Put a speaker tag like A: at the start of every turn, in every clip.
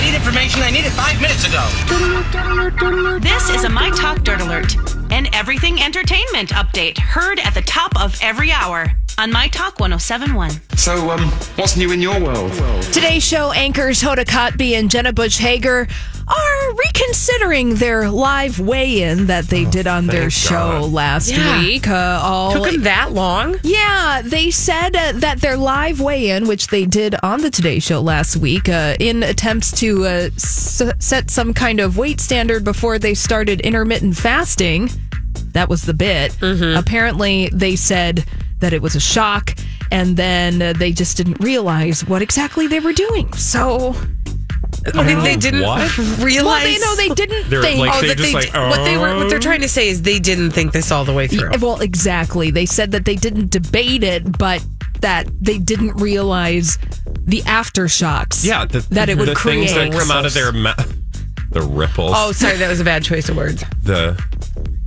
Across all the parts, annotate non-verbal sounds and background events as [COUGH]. A: need information. I need it five minutes ago.
B: This is a My Talk Dirt Alert, an everything entertainment update heard at the top of every hour on My Talk 1071.
C: So, um, what's new in your world?
D: Today's show anchors Hoda Kotb and Jenna Bush Hager are reconsidering their live weigh-in that they did on their show last
E: Yeah.
D: week. Uh, all
E: Took him that long?
D: yeah, they said uh, that their live weigh-in, which they did on the Today Show last week, uh, in attempts to uh, s- set some kind of weight standard before they started intermittent fasting. That was the bit.
F: Mm-hmm.
D: Apparently, they said that it was a shock, and then uh, they just didn't realize what exactly they were doing. So,
E: they didn't
F: what?
E: realize.
D: well, they know they didn't
F: They're
D: think.
F: like-
E: Oh,
F: They
E: that they,
F: just like,
E: what they were what they're trying to say is they didn't think this all the way through.
D: Yeah,
F: "Oh,
D: well, exactly. They said that they didn't debate it, but that they didn't realize the aftershocks.
F: Yeah, the,
D: that it would
F: the
D: create.
F: things that come out of their mouth, the ripples,
E: Oh, sorry, that was a bad choice of words.
F: the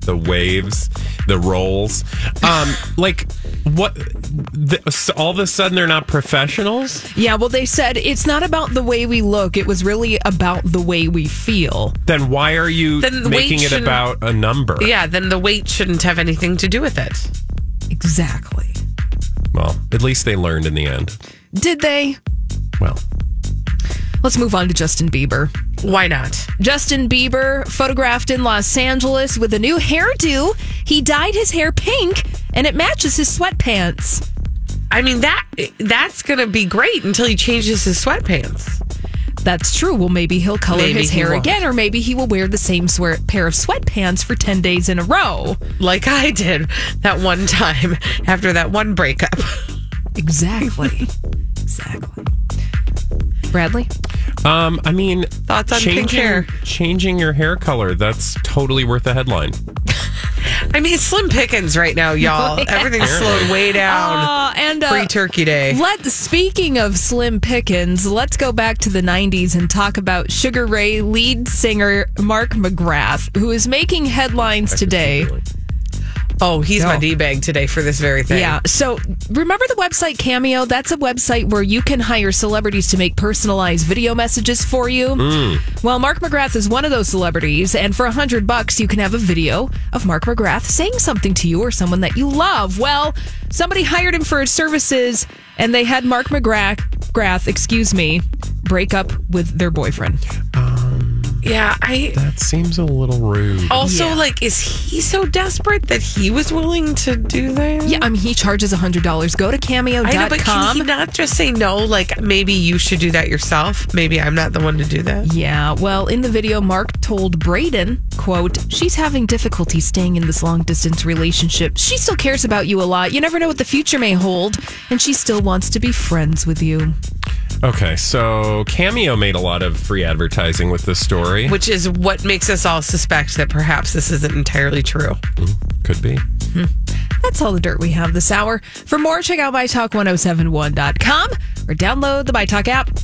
F: the waves, the rolls.
E: [LAUGHS]
F: Um, like what? The, so all of a sudden, they're not professionals.
D: yeah, well, they said it's not about the way we look. It was really about the way we feel.
F: Then why are you
E: Then the weight
F: making it
E: shouldn't-
F: about a number?
E: Yeah, then the weight shouldn't have anything to do with it.
D: Exactly.
F: Well, at least they learned in the end.
D: Did they?
F: Well,
D: Let's move on to Justin Bieber.
E: Why not?
D: Justin Bieber photographed in Los Angeles with a new hairdo. He dyed his hair pink and it matches his sweatpants.
E: I mean that that's gonna be great until he changes his sweatpants.
D: That's true. Well, maybe he'll color
E: Maybe
D: his
E: he
D: hair
E: won't.
D: again, or maybe he will wear the same swear- pair of sweatpants for 10 days in a row.
E: Like I did that one time after that one breakup.
D: [LAUGHS] Exactly. exactly. Bradley?
F: um, I mean,
E: Thoughts on pink
F: changing,
E: hair?
F: Changing your hair color—that's totally worth a headline.
E: I mean it's slim pickings right now, y'all. Everything's slowed way down.
D: Uh, and uh,
E: Um, Free turkey day.
D: Let speaking of Slim Pickens, let's go back to the 90s and talk about Sugar Ray lead singer Mark McGrath, who is making headlines today.
E: Oh, he's my D bag today for this very thing.
D: Yeah. So remember the website Cameo? That's a website where you can hire celebrities to make personalized video messages for you. Well, Mark McGrath is one of those celebrities, and for a hundred bucks, you can have a video of Mark McGrath saying something to you or someone that you love. Well, somebody hired him for his services, and they had Mark McGrath, McGrath, excuse me, break up with their boyfriend.
E: Yeah, I
F: That seems a little rude.
E: also like is he so desperate that he was willing to do that?
D: Yeah, I mean, he charges a hundred dollars. Go to Cameo.com.
E: I know, but can he not just say no? Like maybe you should do that yourself. Maybe I'm not the one to do that.
D: Yeah, well, in the video, Mark told Braden, quote, she's having difficulty staying in this long distance relationship. She still cares about you a lot. You never know what the future may hold, and she still wants to be friends with you.
F: Okay, so Cameo made a lot of free advertising with this story.
E: Which is what makes us all suspect that perhaps this isn't entirely true.
F: Could be.
D: That's all the dirt oh we have this hour. For more, check out mytalk1071.com or download the MyTalk app.